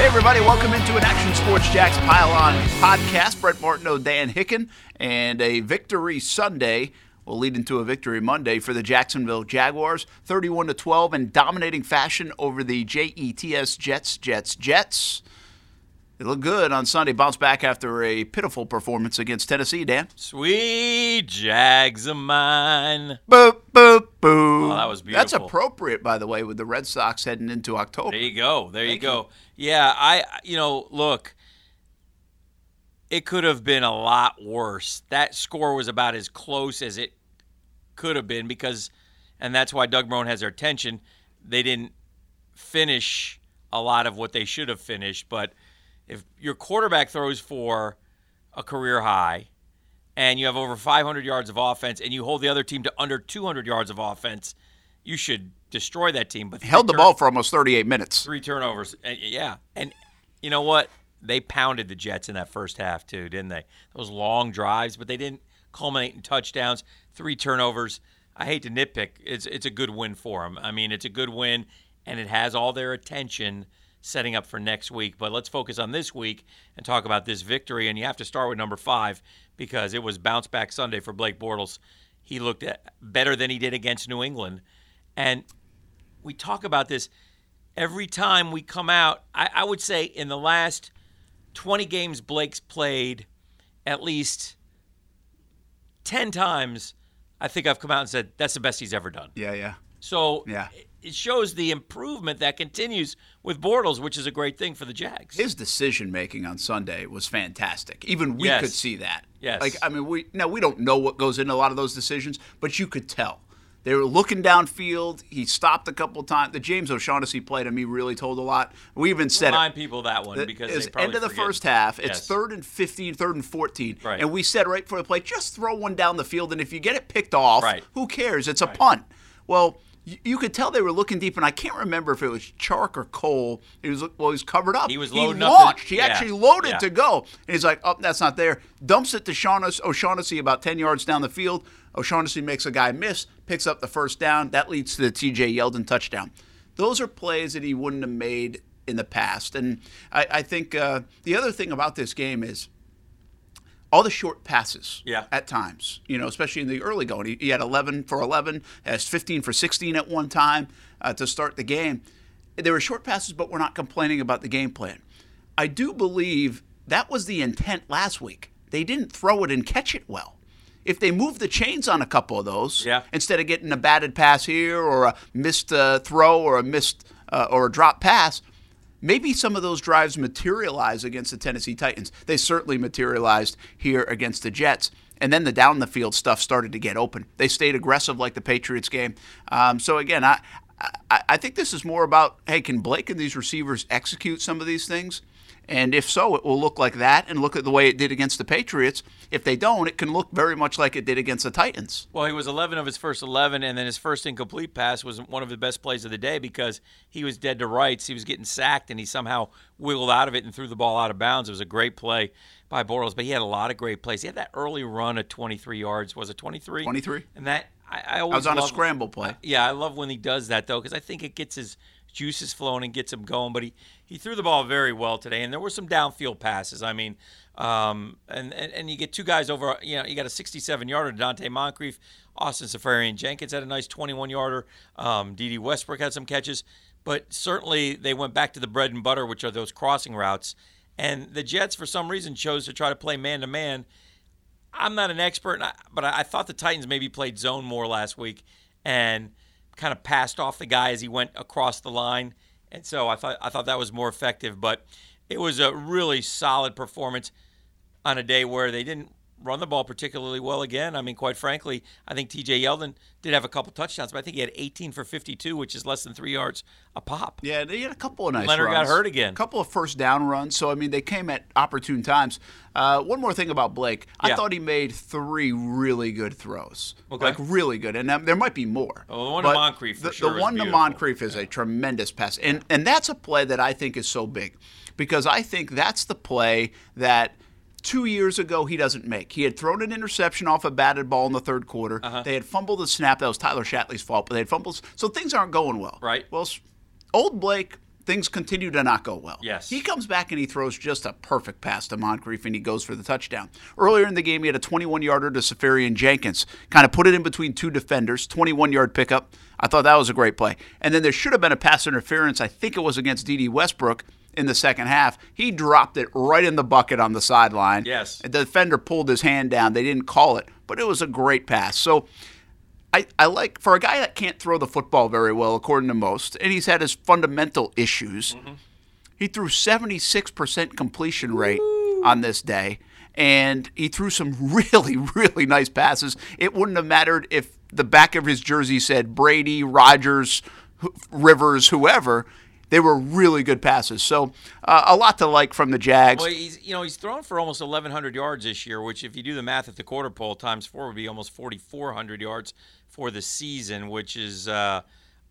everybody. Welcome into an Action Sports Jacks Pile On podcast. Brett Martineau, Dan Hicken, and a victory Sunday will lead into a victory Monday for the Jacksonville Jaguars, 31 to 12 in dominating fashion over the JETS Jets, Jets, Jets. They look good on Sunday. Bounce back after a pitiful performance against Tennessee. Dan, Sweet Jags of mine. boop boop boop. Oh, that was That's beautiful. appropriate, by the way, with the Red Sox heading into October. There you go. There you go. Yeah, I you know, look, it could have been a lot worse. That score was about as close as it could have been because and that's why Doug Brown has their attention. They didn't finish a lot of what they should have finished, but if your quarterback throws for a career high and you have over 500 yards of offense and you hold the other team to under 200 yards of offense, you should destroy that team. But Held the Victor- ball for almost 38 minutes. three turnovers. And, yeah, and you know what? They pounded the Jets in that first half too, didn't they? Those long drives, but they didn't culminate in touchdowns. Three turnovers. I hate to nitpick. It's it's a good win for them. I mean, it's a good win, and it has all their attention setting up for next week. But let's focus on this week and talk about this victory. And you have to start with number five because it was bounce back Sunday for Blake Bortles. He looked at, better than he did against New England, and we talk about this every time we come out. I, I would say in the last 20 games Blake's played, at least 10 times, I think I've come out and said that's the best he's ever done. Yeah, yeah. So Yeah. it- it shows the improvement that continues with Bortles, which is a great thing for the Jags. His decision making on Sunday was fantastic. Even we Yes. could see that. Yes. Like I mean, we now we don't know what goes into a lot of those decisions, but you could tell they were looking downfield. He stopped a couple times. The James O'Shaughnessy play to me really told a lot. We even said it. Remind people of that one because It's they probably end of the forget. first half. It's Yes. third and 15, third and 14. Right. And we said right before the play, just throw one down the field, and if you get it picked off, Right. who cares? It's a punt. Well, y- you could tell they were looking deep, and I can't remember if it was Chark or Cole. He was well, he was covered up. He was he loading up to- launched. he yeah, actually loaded yeah. to go, and he's like, "Oh, that's not there." Dumps it to Shaughnessy, O'Shaughnessy about ten yards down the field. O'Shaughnessy makes a guy miss, picks up the first down. That leads to the T.J. Yeldon touchdown. Those are plays that he wouldn't have made in the past, and I, I think uh, the other thing about this game is all the short passes Yeah. at times, you know, especially in the early going. He, he had 11 for 11, has 15 for 16 at one time uh, to start the game. There were short passes, but we're not complaining about the game plan. I do believe that was the intent last week. They didn't throw it and catch it well. If they moved the chains on a couple of those, Yeah. instead of getting a batted pass here or a missed uh, throw or a missed uh, or a drop pass, maybe some of those drives materialize against the Tennessee Titans. They certainly materialized here against the Jets. And then the down the field stuff started to get open. They stayed aggressive like the Patriots game. Um, so again, I, I I think this is more about hey, can Blake and these receivers execute some of these things? And if so, it will look like that. And look at the way it did against the Patriots. If they don't, it can look very much like it did against the Titans. Well, he was 11 of his first 11, and then his first incomplete pass was one of the best plays of the day because he was dead to rights. He was getting sacked, and he somehow wiggled out of it and threw the ball out of bounds. It was a great play by Bortles, but he had a lot of great plays. He had that early run of 23 yards. Was it 23? 23. And that I, I I always was on a love- scramble play. yeah, I love when he does that though, because I think it gets his juices flowing and gets him going. But he, he threw the ball very well today, and there were some downfield passes. I mean, um, and, and and you get two guys over. You know, you got a 67-yarder, Dante Moncrief, Austin Safarian Jenkins had a nice 21-yarder. Um, D.D. Westbrook had some catches, but certainly they went back to the bread and butter, which are those crossing routes. And the Jets, for some reason, chose to try to play man to man. I'm not an expert, and I, but I, I thought the Titans maybe played zone more last week and kind of passed off the guy as he went across the line, and so I thought I thought that was more effective. But it was a really solid performance on a day where they didn't run the ball particularly well again. I mean, quite frankly, I think T.J. Yeldon did have a couple touchdowns, but I think he had 18 for 52, which is less than three yards a pop. Yeah, they had a couple of nice Leonard got runs. hurt again. A couple of first down runs. So, I mean, they came at opportune times. Uh, one more thing about Blake. I Yeah. thought he made three really good throws. Okay. Like, really good. And um, there might be more. Well, the one to But Moncrief for The, sure the was one to beautiful. Moncrief is a tremendous pass. And, and that's a play that I think is so big because I think that's the play that – Two years ago, he doesn't make. He had thrown an interception off a batted ball in the third quarter. Uh-huh. They had fumbled a snap. That was Tyler Shatley's fault, but they had fumbles. So things aren't going well. Right. Well, s- old Blake things continue to not go well. Yes. He comes back and he throws just a perfect pass to Moncrief and he goes for the touchdown. Earlier in the game, he had a 21 yarder to Safarian Jenkins, kind of put it in between two defenders, 21 yard pickup. I thought that was a great play. And then there should have been a pass interference. I think it was against D.D. Westbrook in the second half. He dropped it right in the bucket on the sideline. Yes. The defender pulled his hand down. They didn't call it, but it was a great pass. So I, I like for a guy that can't throw the football very well, according to most, and he's had his fundamental issues. He threw 76% completion rate on this day, and he threw some really, really nice passes. It wouldn't have mattered if the back of his jersey said Brady, Rogers, Rivers, whoever. They were really good passes. So uh, a lot to like from the Jags. Well, he's you know he's thrown for almost 1,100 yards this year, which if you do the math at the quarter pole times four would be almost 4,400 yards for the season, which is uh,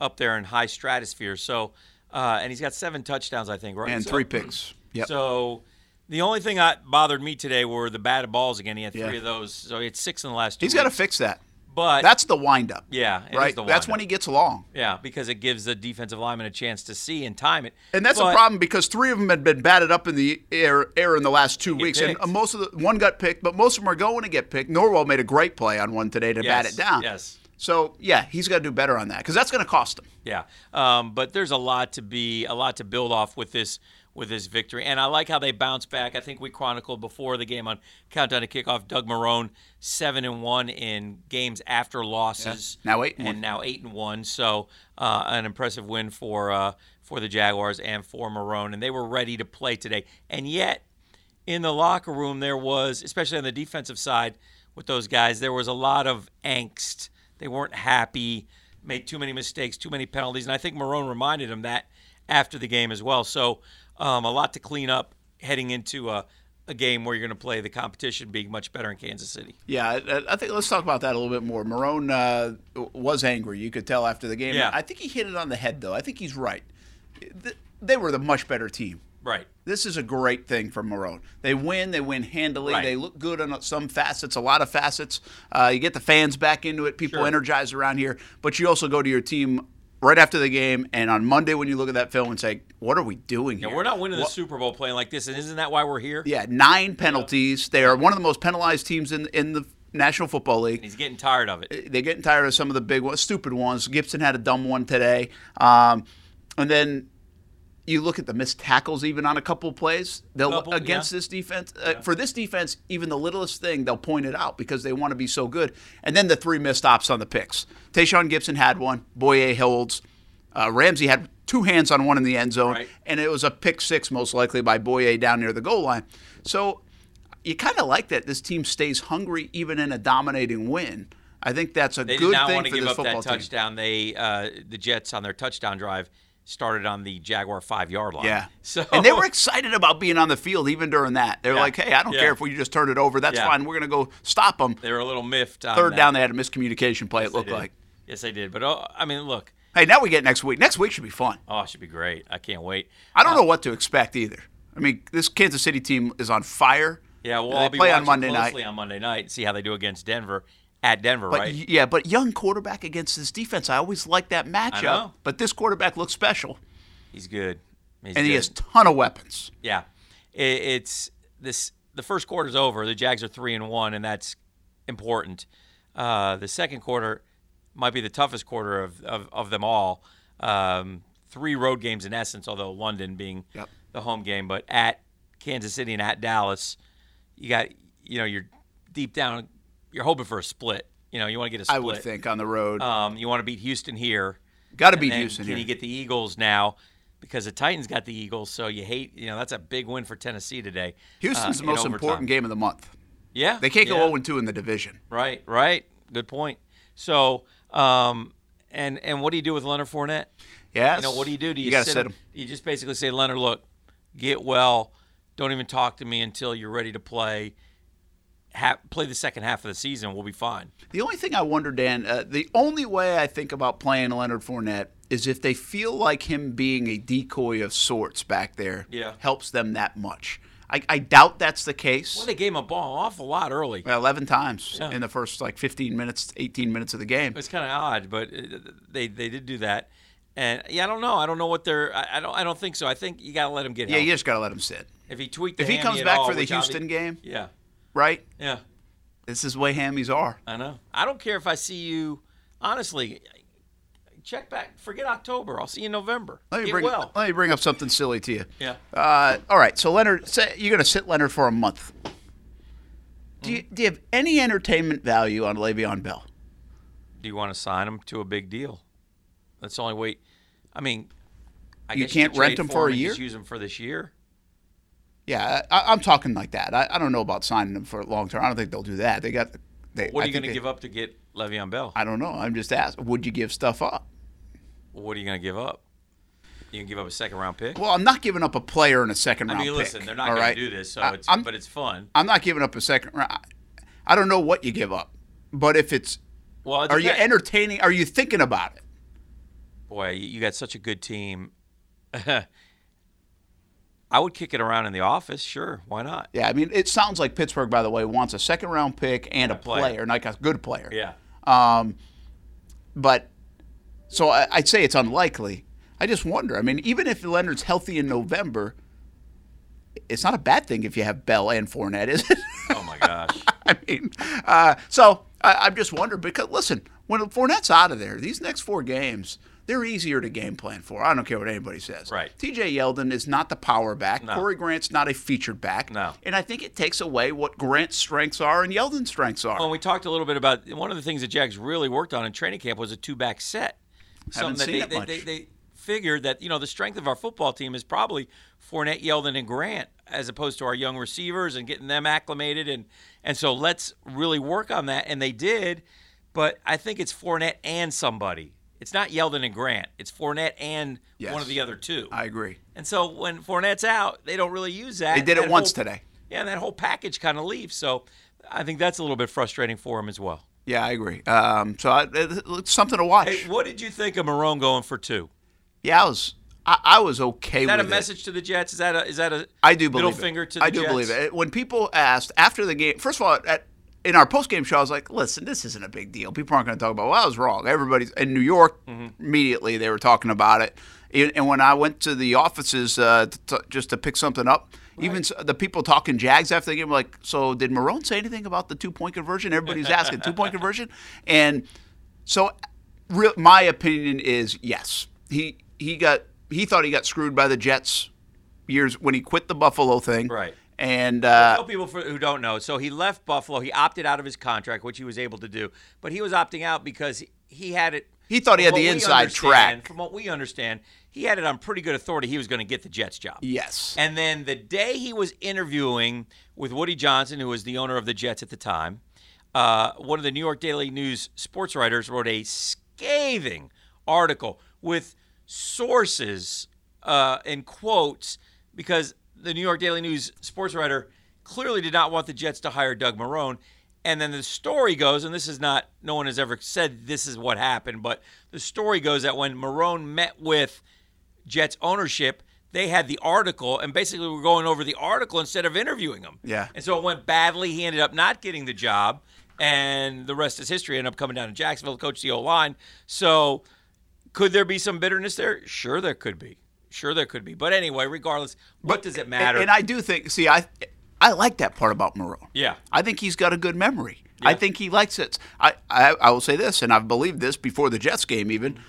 up there in high stratosphere. So, uh, and he's got seven touchdowns, I think, right? and So- three picks. Yep. So, the only thing that bothered me today were the batted balls again. He had three Yeah. of those, so he had six in the last. Two he's got to weeks. fix that. But That's the windup. yeah, it is right? the That's windup. when he gets long. Yeah, because it gives the defensive lineman a chance to see and time it. And that's But- a problem because three of them had been batted up in the air, air in the last two weeks, picked. and uh, most of the one got picked, but most of them are going to get picked. Norwell made a great play on one today to bat Yes, it down. yes. So yeah, he's got to do better on that because that's going to cost him. Yeah, um, but there's a lot to be a lot to build off with this with this victory, and I like how they bounce back. I think we chronicled before the game on countdown to kickoff. Doug Marone seven and one in games after losses. Yeah. Now eight and and, one. now eight and one. So uh, an impressive win for uh, for the Jaguars and for Marone, and they were ready to play today. And yet, in the locker room, there was especially on the defensive side with those guys, there was a lot of angst. They weren't happy. Made too many mistakes, too many penalties, and I think Marone reminded them that after the game as well. So um, a lot to clean up heading into a, a game where you're going to play the competition being much better in Kansas City. Yeah, I, I think let's talk about that a little bit more. Marone uh, w- was angry. You could tell after the game. Yeah. I think he hit it on the head though. I think he's right. Th- They were the much better team. Right. This is a great thing for Marone. They win. They win handily. Right. They look good on some facets, a lot of facets. Uh, you get the fans back into it. People Sure. energized around here. But you also go to your team right after the game and on Monday when you look at that film and say, "What are we doing here?" We're not winning the What- Super Bowl playing like this, and isn't that why we're here? Yeah, nine penalties. They are one of the most penalized teams in in the National Football League. He's getting tired of it. they're getting tired of some of the big ones, stupid ones. Gibson had a dumb one today, um, and then you look at the missed tackles even on a couple plays. They'll Couple, against yeah. this defense uh, for this defense, even the littlest thing they'll point it out because they want to be so good. And then the three missed ops on the picks. Tayshawn Gibson had one. Boye holds. Uh, Ramsey had two hands on one in the end zone, Right. and it was a pick six most likely by Boye down near the goal line. So you kind of like that this team stays hungry even in a dominating win. I think that's a They did good not thing want for to give this up football that team. touchdown. They uh, the Jets on their touchdown drive started on the Jaguar five yard line. Yeah. So and they were excited about being on the field even during that. They were Yeah. like, "Hey, I don't Yeah. care if we just turn it over. That's Yeah. fine. We're going to go stop them." they were a little miffed. On Third that. down, they had a miscommunication play. it They looked did. like. Yes, they did. But oh, I mean, look. Hey, now we get next week. Next week should be fun. Oh, it should be great. I can't wait. I don't know what to expect either. I mean, this Kansas City team is on fire. Yeah, well, they I'll be play watching on Monday night. closely on Monday night and see how they do against Denver at Denver, But right? y- yeah, but young quarterback against this defense, I always like that matchup. know. But this quarterback looks special, He's good. He's and he good. has ton of weapons. Yeah, I it's this. The first quarter's over. The Jags are three and one, and that's important. Uh, the second quarter might be the toughest quarter of of, of them all. Um, three road games in essence, although London being Yep. the home game, but at Kansas City and at Dallas, you got you know you're deep down. You're hoping for a split. You know you want to get a split. I would think on the road, Um, you want to beat Houston here. got to And beat then Houston Can here. you get the Eagles now? Because the Titans got the Eagles, so you hate. You know that's a big win for Tennessee today. Houston's uh, the in most overtime. important game of the month. Yeah, They can't go yeah. 0 2 in the division. Right, right. Good point. So, um, and and what do you do with Leonard Fournette? Yes. You know what do you do? Do you, got to sit set him- him. You just basically say, Leonard, look, get well. Don't even talk to me until you're ready to play. Ha- play the second half of the season. We'll be fine. The only thing I wonder, Dan, uh, the only way I think about playing Leonard Fournette is if they feel like him being a decoy of sorts back there Yeah. helps them that much. I, I doubt that's the case. Well, they gave him a ball an awful lot early. Well, 11 times in the first like 15 minutes, 18 minutes of the game. It's kind of odd, but uh, they they did do that, And yeah, I don't know. I don't know what they're. I, I don't. I don't think so. I think you gotta let him get Yeah, healthy. you just got to let him sit. If he tweaked, If the he hammy comes at back all, for the which obvi- Houston game, yeah, right? yeah, This is the way hammies are. I know. I don't care if I see you. Honestly, check back. Forget October. I'll see you in November. Let me Get bring well. let me bring up something silly to you. Yeah. Uh, all right. So Leonard, say you're going to sit Leonard for a month. Do you, do you have any entertainment value on Le'Veon Bell? Do you want to sign him to a big deal? That's the only way. I mean, I You guess can't could rent trade him for a and Just year? use him for this year. Yeah, I, I'm talking like that. I, I don't know about signing him for long term. I don't think they'll do that. They got. They, What I are think you going to they- give up to get Le'Veon Bell? I don't know. I'm just asking. Would you give stuff up? What are you going to give up? You can give up a second round pick. Well, I'm not giving up a player in a second I round mean, listen, pick, they're not all going right? to do this, so I- it's I'm- but it's fun. I'm not giving up a second round. I don't know what you give up, but if it's Well, it are you depends. entertaining? Are you thinking about it? boy, you you got such a good team. I would kick it around in the office, sure. Why not? Yeah, I mean, it sounds like Pittsburgh, by the way, wants a second round pick and a, player. player. like a good player. Yeah. Um, but so I, I'd say it's unlikely. I just wonder. I mean, even if Leonard's healthy in November, it's not a bad thing if you have Bell and Fournette, is it? Oh my gosh. I mean, uh, so I, I'm just wondering because listen, when Fournette's out of there, these next four games. They're easier to game plan for. I don't care what anybody says. Right. TJ Yeldon is not the power back. No. Corey Grant's not a featured back. No. And I think it takes away what Grant's strengths are and Yeldon's strengths are. Well, we talked a little bit about one of the things that Jags really worked on in training camp was a two back set. Haven't seen Something that it they, much. they, they, they figured that, you know, the strength of our football team is probably Fournette, Yeldon, and Grant, as opposed to our young receivers and getting them acclimated. And, and so let's really work on that. And they did, but I think it's Fournette and somebody. It's not Yeldon and Grant. It's Fournette and one Yes. of the other two. I agree. and so when Fournette's out, they don't really use that. They did That it once whole- today. yeah, and that whole package kind of leaves. So I think that's a little bit frustrating for him as well. Yeah, I agree. Um, so I, it- it's something to watch. Hey, what did you think of Marone going for two? yeah, I was I, I was okay Is that a with it. message to the Jets? Is that a is that a I do believe middle it. finger to the I do Jets? believe it. uh, When people asked after the game, first of all, at, in our post game show, I was like, "Listen, this isn't a big deal. People aren't going to talk about. Well, I was wrong. Everybody's in New York immediately. They were talking about it. And- And when I went to the offices uh, to, to- just to pick something up, even s the people talking Jags after the game were like, "So did Marone say anything about the two point conversion?" Everybody's asking two point conversion, and so, real, my opinion is yes. He he got he thought he got screwed by the Jets years when he quit the Buffalo thing. Right. And uh, Tell people for, who don't know. So he left Buffalo. He opted out of his contract, which he was able to do, but he was opting out because he, he had it. He thought he from had the what we inside understand- track. From what we understand, he had it on pretty good authority. He was going to get the Jets job. yes, And then the day he was interviewing with Woody Johnson, who was the owner of the Jets at the time, uh, one of the New York Daily News sports writers wrote a scathing article with sources uh, and quotes because the New York Daily News sports writer clearly did not want the Jets to hire Doug Marone. And then the story goes, and this is not, no one has ever said this is what happened, but the story goes that when Marone met with Jets ownership, they had the article and basically were going over the article instead of interviewing him. Yeah. And so it went badly. He ended up not getting the job, and the rest is history. Ended up coming down to Jacksonville, coach the O line. So could there be some bitterness there? Sure, there could be. Sure, there could be. But anyway, regardless, what does it matter? And, and I do think. See, I I like that part about Moreau. Yeah. I think he's got a good memory. I think he likes it. I, I I will say this, and I've believed this before the Jets game. Even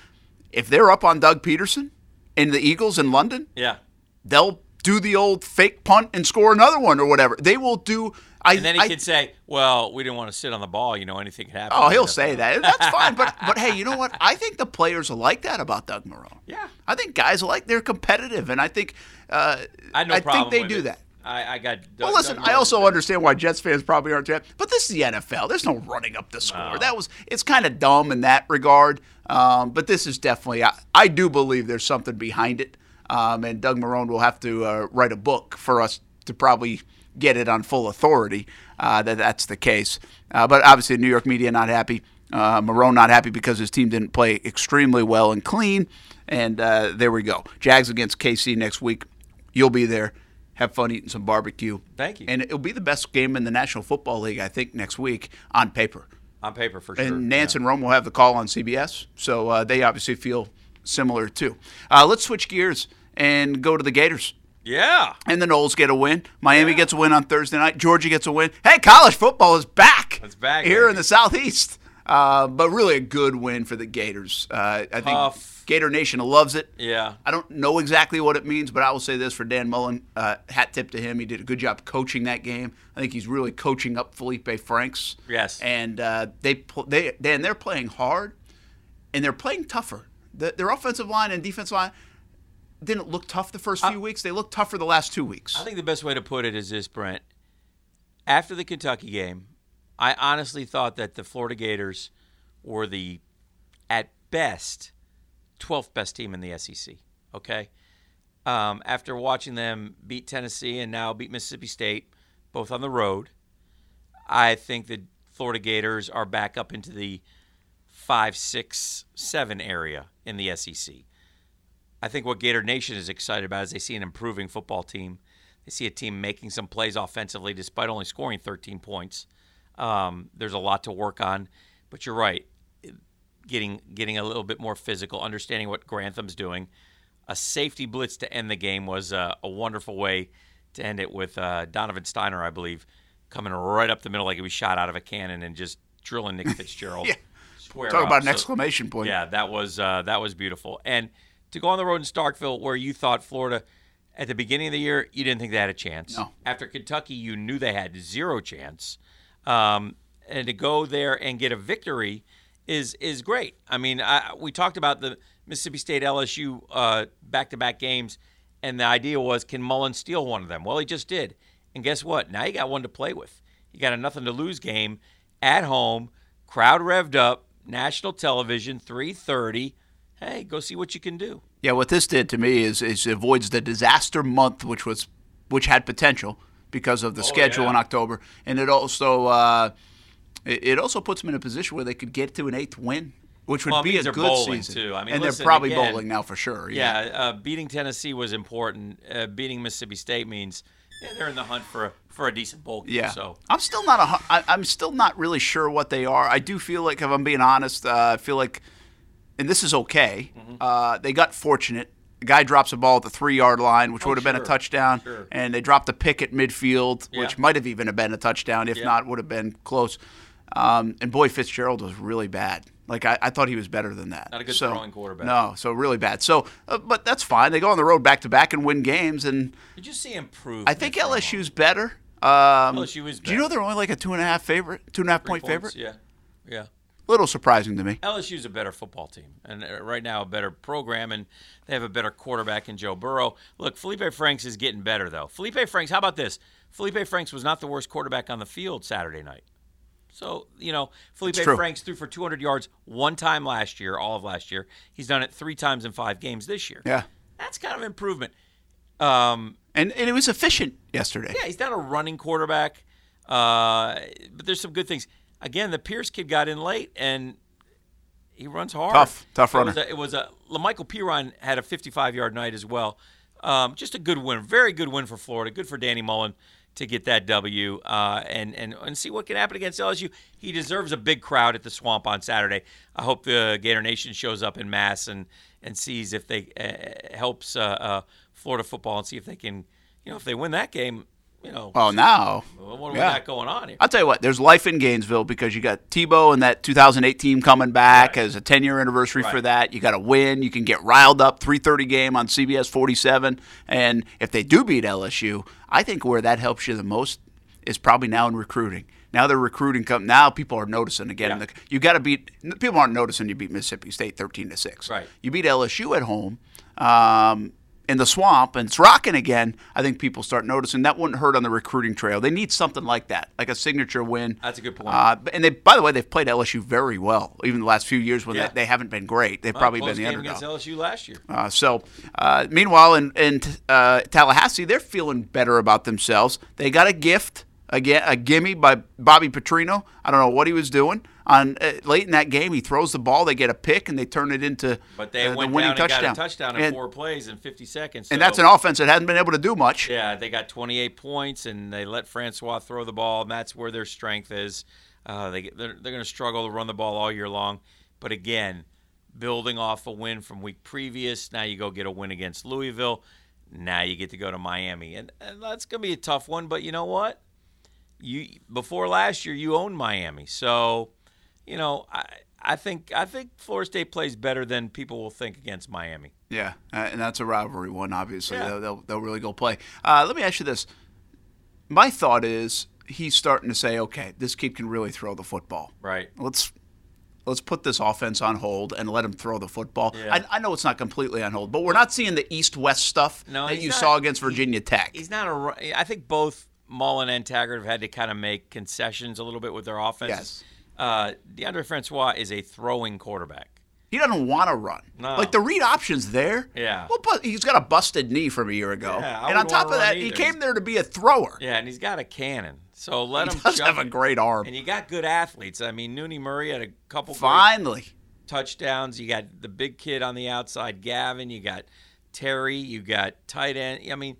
if they're up on Doug Peterson and the Eagles in London, yeah. they'll do the old fake punt and score another one or whatever. They will do. I, And then he I, could say, well, we didn't want to sit on the ball. You know, anything could happen. Oh, he'll say that. And That's fine. But but hey, you know what? I think the players like that about Doug Marone. Yeah. I think guys like they're competitive, and I think uh, I, had no think problem they with do it. that. I, I got. Well, listen, I also understand why Jets fans probably aren't. Jets, But this is the NFL. There's no running up the score. That was it's kind of dumb in that regard. Um, but this is definitely. I, I do believe there's something behind it. Um, and Doug Marone will have to uh, write a book for us to probably get it on full authority uh, that that's the case. Uh, but obviously, New York media not happy. Uh, Marone not happy because his team didn't play extremely well and clean. And uh, there we go. Jags against KC next week. You'll be there. Have fun eating some barbecue. Thank you. And it'll be the best game in the National Football League, I think, next week on paper. on paper for sure. And Nance and Rome will have the call on CBS, so uh, they obviously feel similar too. Uh, let's switch gears and go to the Gators. Yeah. And the Knowles get a win. Miami gets a win on Thursday night. Georgia gets a win. Hey, college football is back. It's back, here baby. in the Southeast. Uh, but really a good win for the Gators. Uh, I think Tough. Gator Nation loves it. Yeah. I don't know exactly what it means, but I will say this for Dan Mullen. Uh, hat tip to him. He did a good job coaching that game. I think he's really coaching up Felipe Franks. Yes. And uh, they pl- they Dan they're playing hard, and they're playing tougher. The, their offensive line and defensive line didn't look tough the first few weeks. They looked tougher the last two weeks. Uh, I think the best way to put it is this, Brent. After the Kentucky game, I honestly thought that the Florida Gators were the, at best, 12th best team in the SEC. Okay. Um, after watching them beat Tennessee and now beat Mississippi State, both on the road, I think the Florida Gators are back up into the five, six, seven area in the E SEC. I think what Gator Nation is excited about is they see an improving football team. They see a team making some plays offensively despite only scoring 13 points. Um, there's a lot to work on, but you're right. Getting getting a little bit more physical, understanding what Grantham's doing. A safety blitz to end the game was uh, a wonderful way to end it with uh, Donovan Steiner, I believe, coming right up the middle like he was shot out of a cannon and just drilling Nick Fitzgerald. Yeah. Square Talk up. about an So- exclamation point. yeah, that was uh, that was beautiful. And to go on the road in Starkville, where you thought Florida at the beginning of the year, you didn't think they had a chance. No. After Kentucky, you knew they had zero chance. Um, and to go there and get a victory is is great. I mean, I, we talked about the Mississippi State LSU uh, back-to-back games, and the idea was, can Mullen steal one of them? Well, he just did. And guess what? Now you got one to play with. You got a nothing to lose game at home, crowd revved up, national television, 3:30. Hey, go see what you can do. Yeah, what this did to me is is avoids the disaster month, which was which had potential because of the schedule Oh, yeah. in October, and it also uh, it, it also puts them in a position where they could get to an eighth win, which would Well, it be means a they're good bowling, season. too. I mean, and listen, they're probably again- bowling now for sure. Yeah, uh, beating Tennessee was important. Uh, beating Mississippi State means yeah, they're in the hunt for a, for a decent bowl game. Yeah. So I'm still not a hu- I, I'm still not really sure what they are. I do feel like if I'm being honest, uh, I feel like, and this is okay. Mm-hmm. Uh, they got fortunate. The guy drops a ball at the three yard line, which would have been Oh, sure. a touchdown, Sure. and they dropped a pick at midfield, Yeah. which might have even have been a touchdown. If not, would have been close. Um, and boy, Fitzgerald was really bad. Like I, I thought he was better than that. Not a good So- throwing quarterback. No, so really bad. So, uh, but that's fine. They go on the road back to back and win games, and did you see improvement? I think LSU's better. Um, LSU is Do you know they're only like a two and a half favorite, two and a half point favorite? Yeah, yeah. Little surprising to me. LSU's a better football team, and uh, right now a better program, and they have a better quarterback in Joe Burrow. Look, Felipe Franks is getting better though. Felipe Franks, how about this? Felipe Franks was not the worst quarterback on the field Saturday night. So you know, Felipe true. Franks threw for 200 yards one time last year, all of last year. He's done it three times in five games this year. Yeah, that's kind of improvement. Um, and and it was efficient yesterday. yeah, he's not a running quarterback, uh, but there's some good things. Again, the Pierce kid got in late, and he runs hard. Tough, tough It was runner. a, it was a Lamichael Piron had a 55-yard night as well. Um, just a good win, very good win for Florida. Good for Danny Mullen to get that W uh, and and and see what can happen against LSU. He deserves a big crowd at the Swamp on Saturday. I hope the Gator Nation shows up in mass and and sees if they uh, helps uh, uh, Florida football and see if they can, you know, if they win that game, you know, Oh, now well, what do Yeah. we got going on here? I'll tell you what. There's life in Gainesville because you got Tebow and that 2008 team coming back as a 10 year anniversary for Right. that. You got to win. You can get riled up. 3:30 game on CBS 47, and if they do beat LSU, I think where that helps you the most is probably now in recruiting. Now they're recruiting. Come now, people are noticing again. Yeah. You got to beat. People aren't noticing you beat Mississippi State 13 to six. Right. You beat LSU at home um, in the swamp, and it's rocking again. I think people start noticing that wouldn't hurt on the recruiting trail. They need something like that, like a signature win. That's a good point. Uh, but- and they, by the way, they've played LSU very well. Even the last few years when Yeah. they, they haven't been great, they've probably Close been the game underdog. against LSU last year. Uh, so, uh, meanwhile, in, in uh, Tallahassee, they're feeling better about themselves. They got a gift again, a gimme by Bobby Petrino. I don't know what he was doing. On uh, late in that game, he throws the ball. They get a pick and they turn it into But they uh, went the winning down touchdown. and got a touchdown in and, four plays in 50 seconds. and that's so- an offense that hasn't been able to do much. Yeah, they got 28 points, and they let Francois throw the ball, and that's where their strength is. Uh, they they're, they're going to struggle to run the ball all year long, but again, building off a win from week previous. Now you go get a win against Louisville. Now you get to go to Miami, and, and that's gonna be a tough one. But you know what? You before last year, you owned Miami, so you know I. I think I think Florida State plays better than people will think against Miami. Yeah, uh, and that's a rivalry one. Obviously, yeah. they'll, they'll, they'll really go play. Uh, let me ask you this: My thought is he's starting to say, "Okay, this kid can really throw the football." Right. Let's let's put this offense on hold and let him throw the football. Yeah. I, I, know it's not completely on hold, but we're not seeing the East-West stuff no, that you not, saw against Virginia he, Tech. He's not a. I think both Mullen and Taggart have had to kind of make concessions a little bit with their offense. Yes. Uh, DeAndre Francois is a throwing quarterback. He doesn't want to run. No. Like the read option's there. Yeah. Well, but he's got a busted knee from a year ago. Yeah, and on top of that, either. he came there to be a thrower. Yeah, and he's got a cannon. So let he him. Does have a great arm. And you got good athletes. I mean, Nooney Murray had a couple. Finally. Touchdowns. You got the big kid on the outside, Gavin. You got Terry. You got tight end. I mean,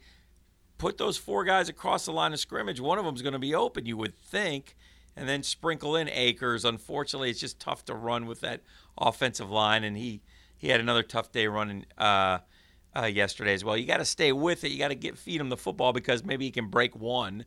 put those four guys across the line of scrimmage. One of them's going to be open. You would think and then sprinkle in Acres. Unfortunately, it's just tough to run with that offensive line, and he he had another tough day running uh, uh, yesterday as well. You got to stay with it. You got to get feed him the football because maybe he can break one.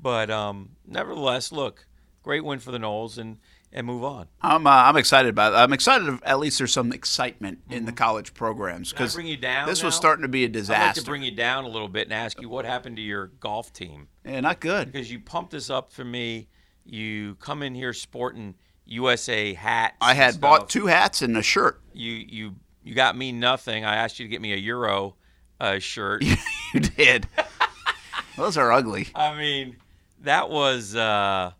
But um, nevertheless, look, great win for the Knowles, and and move on. I'm uh, I'm excited about. It. I'm excited. Of, at least there's some excitement in mm-hmm. the college programs because bring you down. This now? was starting to be a disaster. I'd like to bring you down a little bit and ask you what happened to your golf team. Yeah, not good. Because you pumped this up for me you come in here sporting USA hats. I had bought two hats and a shirt. You you you got me nothing. I asked you to get me a Euro uh, shirt. you did. Those are ugly. I mean, that was uh,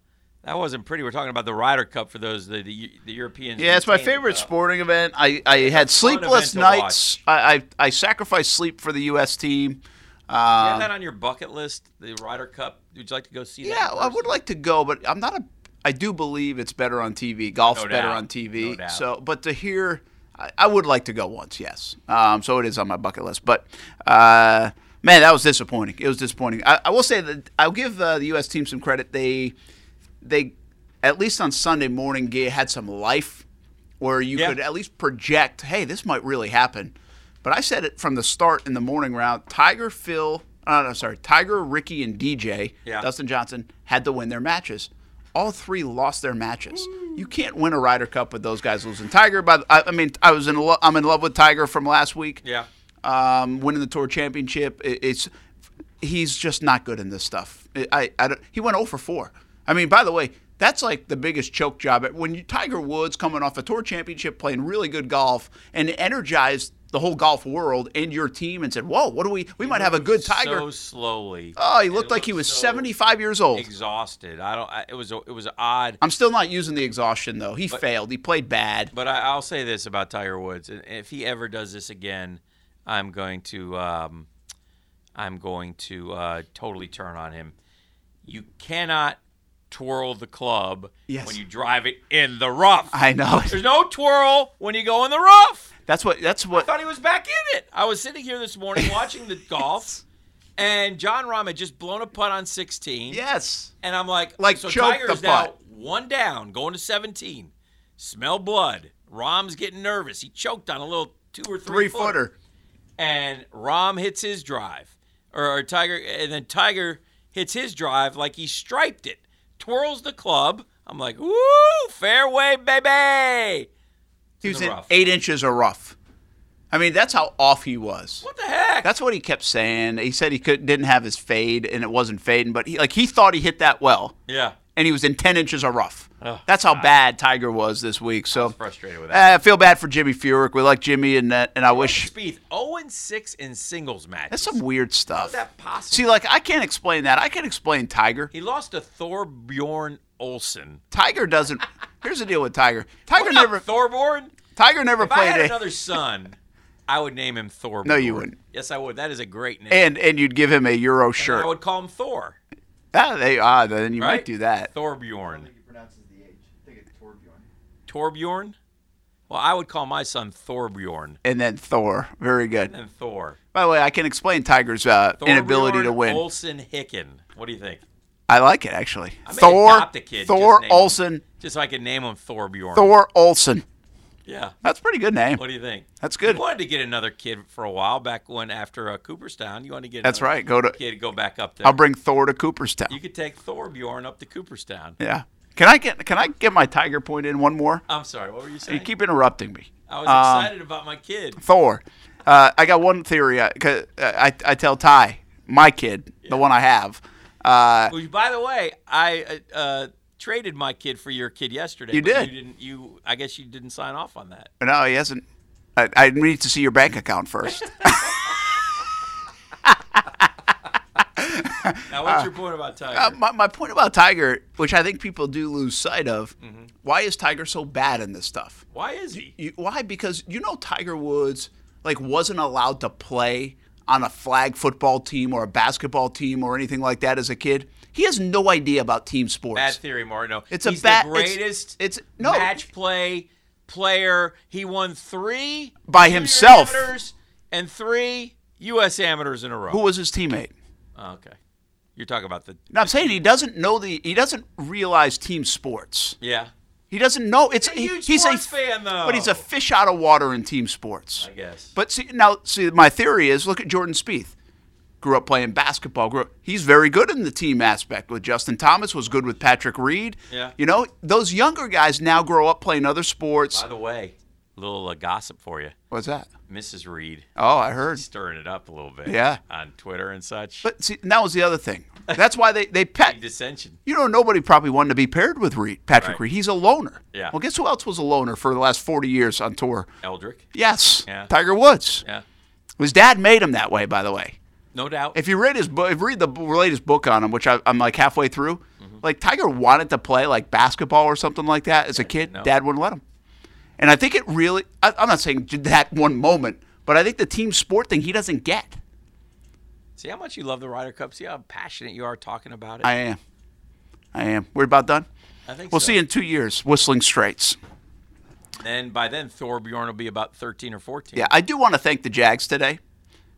that wasn't pretty. We're talking about the Ryder Cup for those the the, the Europeans. Yeah, it's my favorite sporting event. I I had sleepless nights. I, I I sacrificed sleep for the U.S. team. Um, you have that on your bucket list, the Ryder Cup. Would you like to go see yeah, that? Yeah, I would like to go, but I'm not a. I do believe it's better on TV. Golf's no better on TV. No so, but to hear, I, I, would like to go once. Yes. Um, so it is on my bucket list. But uh, man, that was disappointing. It was disappointing. I, I will say that I'll give uh, the U.S. team some credit. They, they, at least on Sunday morning, had some life, where you yeah. could at least project, hey, this might really happen. But I said it from the start in the morning round. Tiger, Phil, uh, no, sorry, Tiger, Ricky, and DJ, yeah. Dustin Johnson had to win their matches. All three lost their matches. You can't win a Ryder Cup with those guys losing. Tiger, by the, I, I, mean, I was in lo- I'm in love with Tiger from last week. Yeah, um, winning the tour championship. It, it's he's just not good in this stuff. It, I, I he went 0 for 4. I mean, by the way, that's like the biggest choke job. When you, Tiger Woods coming off a tour championship, playing really good golf, and energized the whole golf world and your team and said, "Whoa, what do we? We he might have a good Tiger." So slowly. Oh, he looked, looked like he was so 75 years old. Exhausted. I don't. I, it was. A, it was odd. I'm still not using the exhaustion though. He But- failed. He played bad. But I, I'll say this about Tiger Woods: and if he ever does this again, I'm going to. Um, I'm going to uh, totally turn on him. You cannot twirl the club Yes. when you drive it in the rough. I know. There's no twirl when you go in the rough. That's what. That's what. I thought he was back in it. I was sitting here this morning watching the golf, and John Rahm had just blown a putt on 16. yes. And I'm like, Like, so choked Tiger's the now putt. one down, going to 17. Smell blood. Rahm's getting nervous. He choked on a little two or Three three, footer. And Rahm hits his drive, or, or Tiger, and then Tiger hits his drive like he striped it, twirls the club. I'm like, woo, fairway, baby. He was the in rough. eight inches of rough. I mean, that's how off he was. What the heck? That's what he kept saying. He said he could didn't have his fade and it wasn't fading, but he like he thought he hit that well, yeah. and he was in ten inches of rough. Oh, that's how bad Tiger was this week. So Frustrated with that. I feel bad for Jimmy Furyk. We like Jimmy, and that, and I wish Spieth, 0 and 6 in singles matches. that's some weird How is stuff. that possible? See, like I can't explain that. I can explain Tiger. he lost to Thorbjorn Olsen. Tiger doesn't. Here's the deal with Tiger. Tiger What up, never. Thorbjorn. Tiger never If I played had a. another son, I would name him Thorbjorn. No, you wouldn't. Yes, I would. That is a great name. and and you'd give him a Euro I shirt. would call him Thor. Ah, they ah, then you Right? might do that. Thorbjorn. think he pronounces the H. I think it's Torbjorn. Torbjorn. Well, I would call my son Thorbjorn And then Thor, very good. and Thor. By the way, I can explain Tiger's uh, inability Thorbjorn to win. Olsen Hicken. What do you think? I like it actually. I may Thor, adopt a kid, just Thor name him. Olson, Just so I can name him Thorbjorn. Thor Olson. Yeah. That's a pretty good name. What do you think? That's good. You wanted to get another kid for a while back when after uh, Cooperstown. You wanted to get That's another right. Go to. Kid, go back up there. I'll bring Thor to Cooperstown. you could take Thorbjorn up to Cooperstown. Yeah. Can I get Can I get my tiger point in one more? I'm sorry. What were you You saying? keep interrupting me. I was Um, excited about my kid. Thor. Uh, I got one theory. I, 'cause, uh, I, I tell Ty, my kid, the one I have. Uh, Which, by the way, I uh, uh, traded my kid for your kid yesterday. You but did. You didn't. You. I guess you didn't sign off on that. no, he hasn't. I, I need to see your bank account first. Now, what's your point about Tiger? Uh, my, my point about Tiger, which I think people do lose sight of, why is Tiger so bad in this stuff? Why is he? You, why? Because you know Tiger Woods like wasn't allowed to play on a flag football team or a basketball team or anything like that as a kid. He has no idea about team sports. Bad theory, Martino. It's a He's bad- the it's- greatest. it's- no. match play player. He won three By junior himself. amateurs and three U.S. amateurs in a row. Who was his teammate? Oh, okay, you're talking about the Now I'm saying he doesn't know the he doesn't realize team sports. yeah. He doesn't know it's He's a huge he's sports a fan, though. but he's a fish out of water in team sports. I guess. But see now, see my theory is look at Jordan Spieth. Grew up playing basketball. Grew up, he's very good in the team aspect. With Justin Thomas, was good with Patrick Reed. Yeah. You know those younger guys now grow up playing other sports. by the way, little uh, gossip for you, What's that? Mrs. Reed. Oh, I heard. Stirring it up a little bit, Yeah. on Twitter and such. But see, and that was the other thing. That's why they they pet. dissension. You know, nobody probably wanted to be paired with Reed, Patrick Right. Reed. He's a loner. Yeah. Well, guess who else was a loner for the last 40 years on tour? Eldrick. Yes. Yeah. Tiger Woods. Yeah. His dad made him that way, by the way. No doubt. If you read his book, if you read the b- latest book on him, which I, I'm like halfway through, Mm-hmm. like Tiger wanted to play like basketball or something like that as a kid. no. Dad wouldn't let him. And I think it really, I, I'm not saying j- that one moment, but I think the team sport thing he doesn't get. See how much you love the Ryder Cup. See how passionate you are talking about it. I am. I am. We're about done. I think We'll so. see you in two years, Whistling Straits. And by then, Thorbjorn will be about 13 or 14. Yeah, I do want to thank the Jags today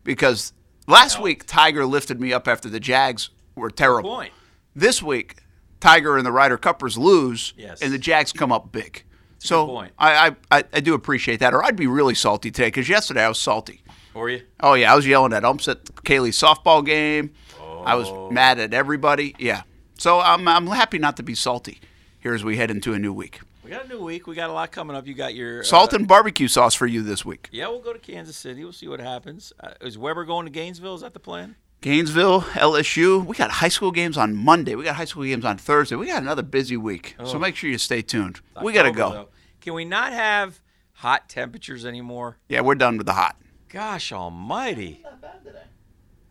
because last week Tiger lifted me up after the Jags were terrible. Point. This week, Tiger and the Ryder Cuppers lose, Yes. and the Jags come up big. so good point. I, I- I I do appreciate that, or I'd be really salty today because yesterday I was salty. Or you? Oh yeah, I was yelling at umps at Kaylee's softball game. I Oh. was mad at everybody. Yeah, so I'm I'm happy not to be salty here as we head into a new week. We got a new week. We got a lot coming up. You got your. uh, Salt and barbecue sauce for you this week. yeah, we'll go to Kansas City. We'll see what happens. Uh, is Weber going to Gainesville? Is that the plan? Gainesville, LSU. We got high school games on Monday. We got high school games on Thursday. We got another busy week. So make sure you stay tuned. we got to October, go. though. Can we not have hot temperatures anymore? Yeah, we're done with the hot. Gosh almighty. Not bad today.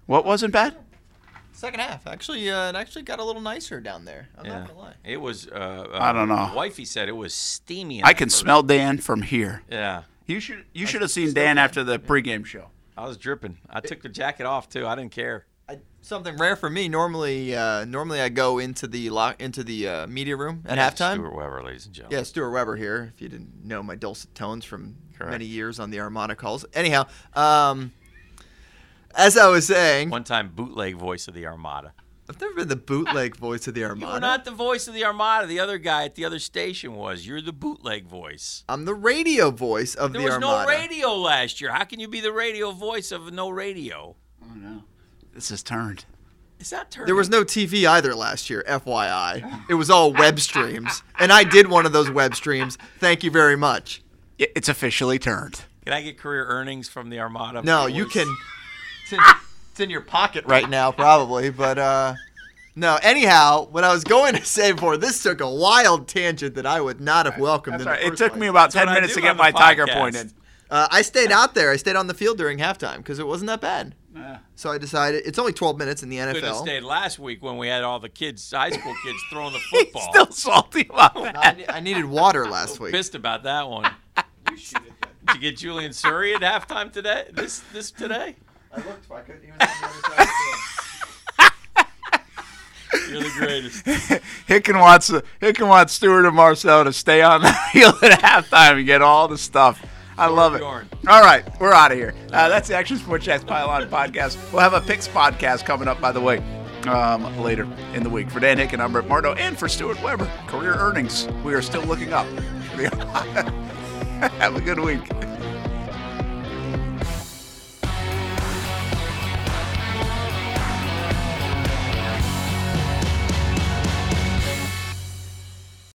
What wasn't bad? Second half, actually, uh, it actually got a little nicer down there. I'm Yeah. not gonna lie. It was. Uh, uh, I don't know. Wifey said it was steamy. in I the can first- smell Dan from here. Yeah. You should you should have seen Dan after the pregame show. I was dripping. I took the jacket off, too. I didn't care. I, something rare for me. Normally, uh, normally I go into the lock into the uh, media room at halftime. Stuart Weber, ladies and gentlemen. Yeah, Stuart Weber here. If you didn't know my dulcet tones from Correct. many years on the harmonica calls. Anyhow, um, as I was saying, One time bootleg voice of the Armada. I've never been the bootleg voice of the You harmonica. were not the voice of the Armada. The other guy at the other station was. You're the bootleg voice. I'm the radio voice of There the was Armada. no radio last year. How can you be the radio voice of no radio? Oh no. This has turned. It's not turning. There was no TV either last year, FYI. It was all web streams, and I did one of those web streams. Thank you very much. I- It's officially turned. Can I get career earnings from the Armada? No, voice? you can. It's in, it's in your pocket right now, probably. But uh, no. Anyhow, what I was going to say before this took a wild tangent that I would not have welcomed. in the It first took place. me about what ten I minutes do to on get the my tiger podcast. point in. Uh, I stayed out there. I stayed on the field during halftime because it wasn't that bad. So I decided it's only 12 minutes in the Could have NFL. stayed last week when we had all the kids, high school kids, throwing the He's football. still salty about that. I, ne- I needed water last week. pissed about that one. You should have done. Did you get Julian Surrey at halftime today? This this today? I looked, but I couldn't. He was on the other side of the field. You're the greatest. Hicken wants Hicken wants Stewart and Marcel to stay on the field at halftime and get all the stuff. I love it. Bjorn. All right, we're out of here. Uh, that's the Action Sports Jacks Pylon podcast. We'll have a picks podcast coming up, by the way, um, later in the week. For Dan Hicken, I'm Rick Mardo, and for Stuart Weber, career earnings. We are still looking up. Have a good week.